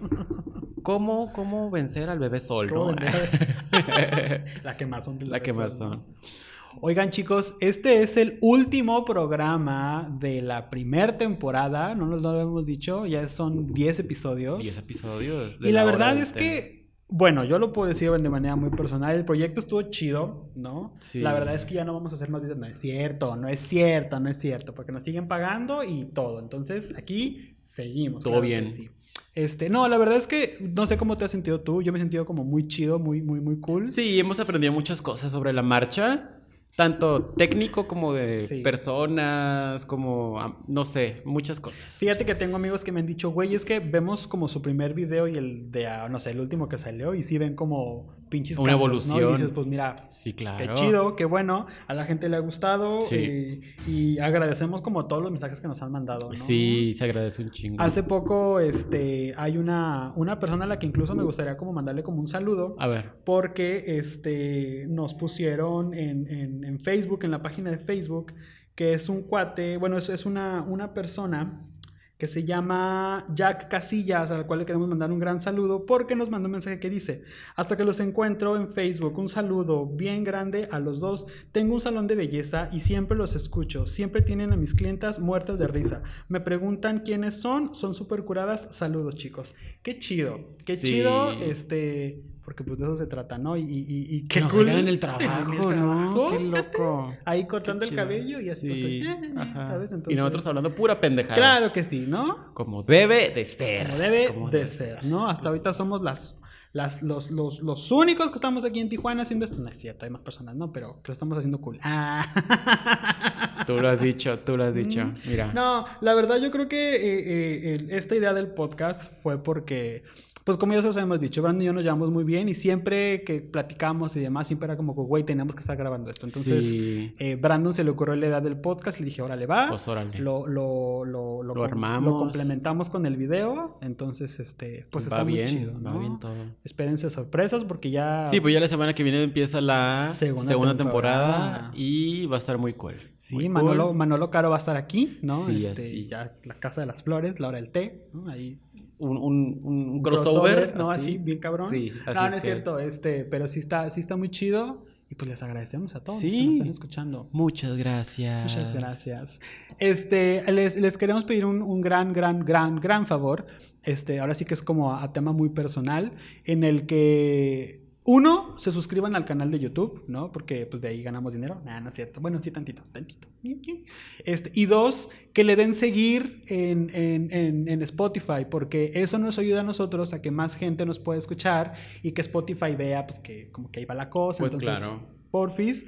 ¿Cómo, ¿Cómo vencer al bebé sol,
¿Cómo
no?
La que más son. de
La que más
son, ¿no?
son.
Oigan, chicos, este es el último programa de la primera temporada. No nos lo habíamos dicho, ya son 10 episodios.
Ah, Diez episodios. de
Y la
hora
verdad
del
es
té.
que, bueno, yo lo puedo decir de manera muy personal. El proyecto estuvo chido, ¿no?
Sí.
La verdad es que ya no vamos a hacer más videos. No es cierto, no es cierto, no es cierto, porque nos siguen pagando y todo. Entonces, aquí seguimos.
Todo
que
bien.
sí. Este, no, la verdad es que no sé cómo te has sentido tú. Yo me he sentido como muy chido, muy, muy, muy cool.
Sí, hemos aprendido muchas cosas sobre la marcha. tanto técnico como de
Sí.
personas, como, ah, no sé, muchas cosas.
Fíjate que tengo amigos que me han dicho, güey, es que vemos como su primer video y el de, ah, no sé, el último que salió y sí ven como pinches
Una
cambios, ¿no?
evolución.
Y dices, pues mira,
Sí, claro.
qué chido, qué bueno, a la gente le ha gustado eh,
Sí.
y, y agradecemos como todos los mensajes que nos han mandado, ¿no?
Sí, se agradece un chingo.
Hace poco, este, hay una, una persona a la que incluso me gustaría como mandarle como un saludo.
A ver.
porque este, nos pusieron en, en- en Facebook, en la página de Facebook, que es un cuate, bueno, es, es una, una persona que se llama Jack Casillas, al cual le queremos mandar un gran saludo, porque nos mandó un mensaje que dice, hasta que los encuentro en Facebook, un saludo bien grande a los dos, tengo un salón de belleza y siempre los escucho, siempre tienen a mis clientas muertas de risa, me preguntan quiénes son, son súper curadas, saludos chicos, qué chido, qué
Sí.
chido, este, porque pues de eso se trata, ¿no? Y, y, y- y
Que
qué
nos
cool.
regalen el
En
trabajo,
el
¿no?
trabajo,
Qué
fíjate.
loco.
Ahí cortando
Qué
el
chido.
cabello y así.
Sí,
pues,
ajá.
¿Sabes?
Y
Entonces-
nosotros hablando pura pendejada.
Claro que sí, ¿no?
Como debe de ser.
Como debe
Eh, Como
de ser, ¿no? Hasta
Pues-
ahorita somos las, las, los, los, los únicos que estamos aquí en Tijuana haciendo esto. No es cierto, hay más personas, ¿no? Pero que lo estamos haciendo cool. Ah.
Tú lo has dicho, tú lo has dicho.
Mm.
Mira.
No, la verdad yo creo que eh, eh, el- esta idea del podcast fue porque, pues como ya se los hemos dicho, Brandon y yo nos llevamos muy bien y siempre que platicamos y demás, siempre era como, que, güey, tenemos que estar grabando esto. Entonces,
sí.
eh, Brandon se le ocurrió la idea del podcast, le dije, órale, va.
Pues órale.
ah, lo, lo, lo, lo,
Lo
com-
armamos.
complementamos con el video, entonces, este, pues
va
está
bien,
muy chido, ¿no?
va bien todo.
Espérense sorpresas porque ya...
Sí, pues ya la semana que viene empieza la segunda,
Segunda
temporada.
temporada.
y va a estar muy cool.
Sí,
Muy cool.
Manolo, Manolo Caro va a estar aquí, ¿no?
Sí,
Este,
así.
Ya la Casa de las Flores, la hora del té, ¿no? Ahí
Un, un- un- un crossover.
¿no? Así, bien cabrón.
Sí, así
no, no
es
es
que-
cierto, este, pero sí está, sí está muy chido. Y pues les agradecemos a todos los
Sí.
que nos están escuchando.
Muchas gracias.
Muchas gracias. Este, les, les queremos pedir un, un gran, gran, gran, gran favor. Este, ahora sí que es como a, a tema muy personal, en el que uno se suscriban al canal de YouTube, ¿no? Porque pues de ahí ganamos dinero. Nada, no es cierto. Bueno, sí, tantito, tantito. Este, y dos, que le den seguir en, en- en- en Spotify, porque eso nos ayuda a nosotros a que más gente nos pueda escuchar y que Spotify vea, pues que como que ahí va la cosa.
Pues
Entonces,
claro.
porfis.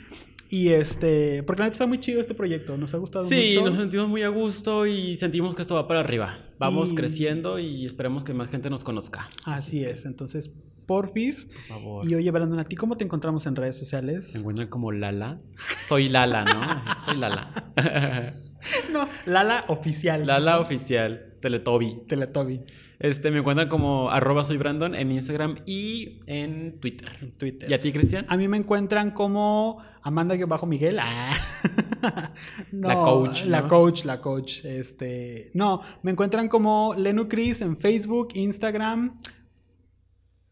Y este, porque la neta está muy chido este proyecto, nos ha gustado
Sí,
mucho.
nos sentimos muy a gusto y sentimos que esto va para arriba. Vamos
Y-
creciendo y esperemos que más gente nos conozca.
Así es, entonces, porfis.
Por favor.
Y oye, Brandon, ¿a ti cómo te encontramos en redes sociales?
Me encuentran como Lala. Soy Lala, ¿no? Soy Lala.
No, Lala Oficial.
Lala oficial, Teletobi.
Teletobi,
Este, me encuentran como arroba soy Brandon en Instagram y en Twitter.
en Twitter.
¿Y a ti, Cristian?
A mí me encuentran como Amanda-Miguel. Ah. No,
La coach,
La
¿no?
coach, la coach. Este, no, me encuentran como Lenucris en Facebook, Instagram.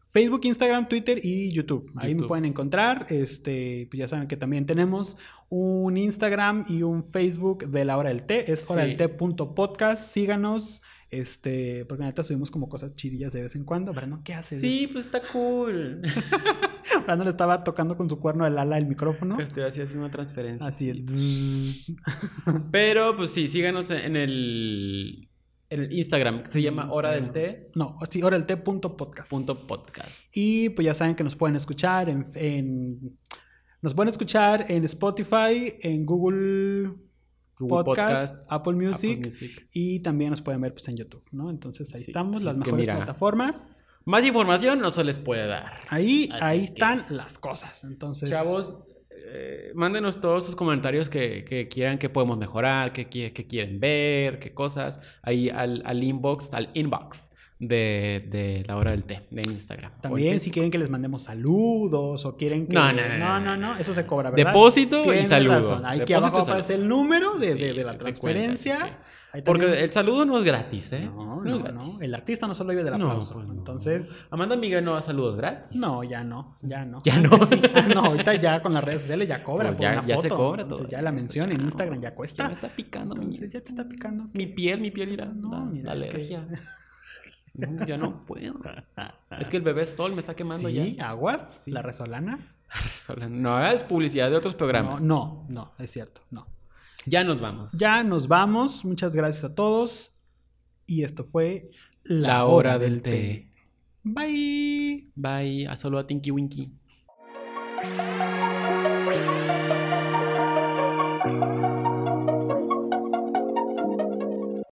Facebook, Instagram, Twitter y YouTube. Ahí me
YouTube.
pueden encontrar. Este, pues ya saben que también tenemos un Instagram y un Facebook de la hora del té. Es
Sí.
hora del té.podcast. Síganos. Este, porque neta subimos como cosas chidillas de vez en cuando. Brandon, ¿qué haces?
Sí, pues está cool.
Brandon le estaba tocando con su cuerno el ala el micrófono.
Estoy así haciendo una transferencia.
Así es.
sí. Pero, pues sí, síganos en el, en el Instagram, que se llama hora del té
Mm, No, sí, ahora el té.podcast.
punto podcast.
Y pues ya saben que nos pueden escuchar en, en- Nos pueden escuchar en Spotify, en Google,
Google
podcast,
Podcast,
Apple Music.
Apple Music.
Y también nos pueden ver pues, en YouTube, ¿no? Entonces ahí
Sí,
estamos,
así
las
es que
mejores
mira.
plataformas.
Más información no se les puede dar.
Ahí,
Así
ahí
es que-
están las cosas. Ah, Entonces,
Chavos, eh, mándenos todos sus comentarios que, que quieran, que podemos mejorar, que, qui- que quieren ver, qué cosas. Ahí al, al inbox, al inbox de, de la hora del té, de Instagram. o en
también si
Facebook.
quieren que les mandemos saludos o quieren que...
No, no, no, no,
no,
no.
eso se cobra, ¿verdad?
Depósito y
Tienes
saludo.
razón. Ahí que
Depósito y
abajo
saludo.
aparece el número de, de-
Sí,
de la
de
transferencia.
cuenta, así
Ahí
Porque
también-
el saludo no es gratis, ¿eh?
No,
es
no,
gratis.
no. El artista no solo vive del
No,
aplauso.
pues no.
Entonces,
Amanda Miguel no da saludos gratis.
no, ya no, ya no.
Ya
Antes
no.
sí. Ah, no, ahorita ya con las redes sociales ya cobra
Pues
por
ya-
una
ya se
foto.
cobra
Entonces,
todo.
Ya la mención en
Ya,
Instagram ya
Ya me
cuesta.
está picando mi-
Entonces, ya te está picando.
mi, piel, mi piel irá.
No,
la,
mira,
la
es que-
alergia. No, ya no puedo. Es que el bebé sol me está quemando ya.
Sí, aguas,
Sí.
la resolana.
Sola, No hagas publicidad de otros
No,
programas.
no, no, es cierto, no.
Ya nos vamos.
Ya nos vamos. Muchas gracias a todos. Y esto fue
La Hora del Té.
Bye.
Bye. A solo a Tinky Winky.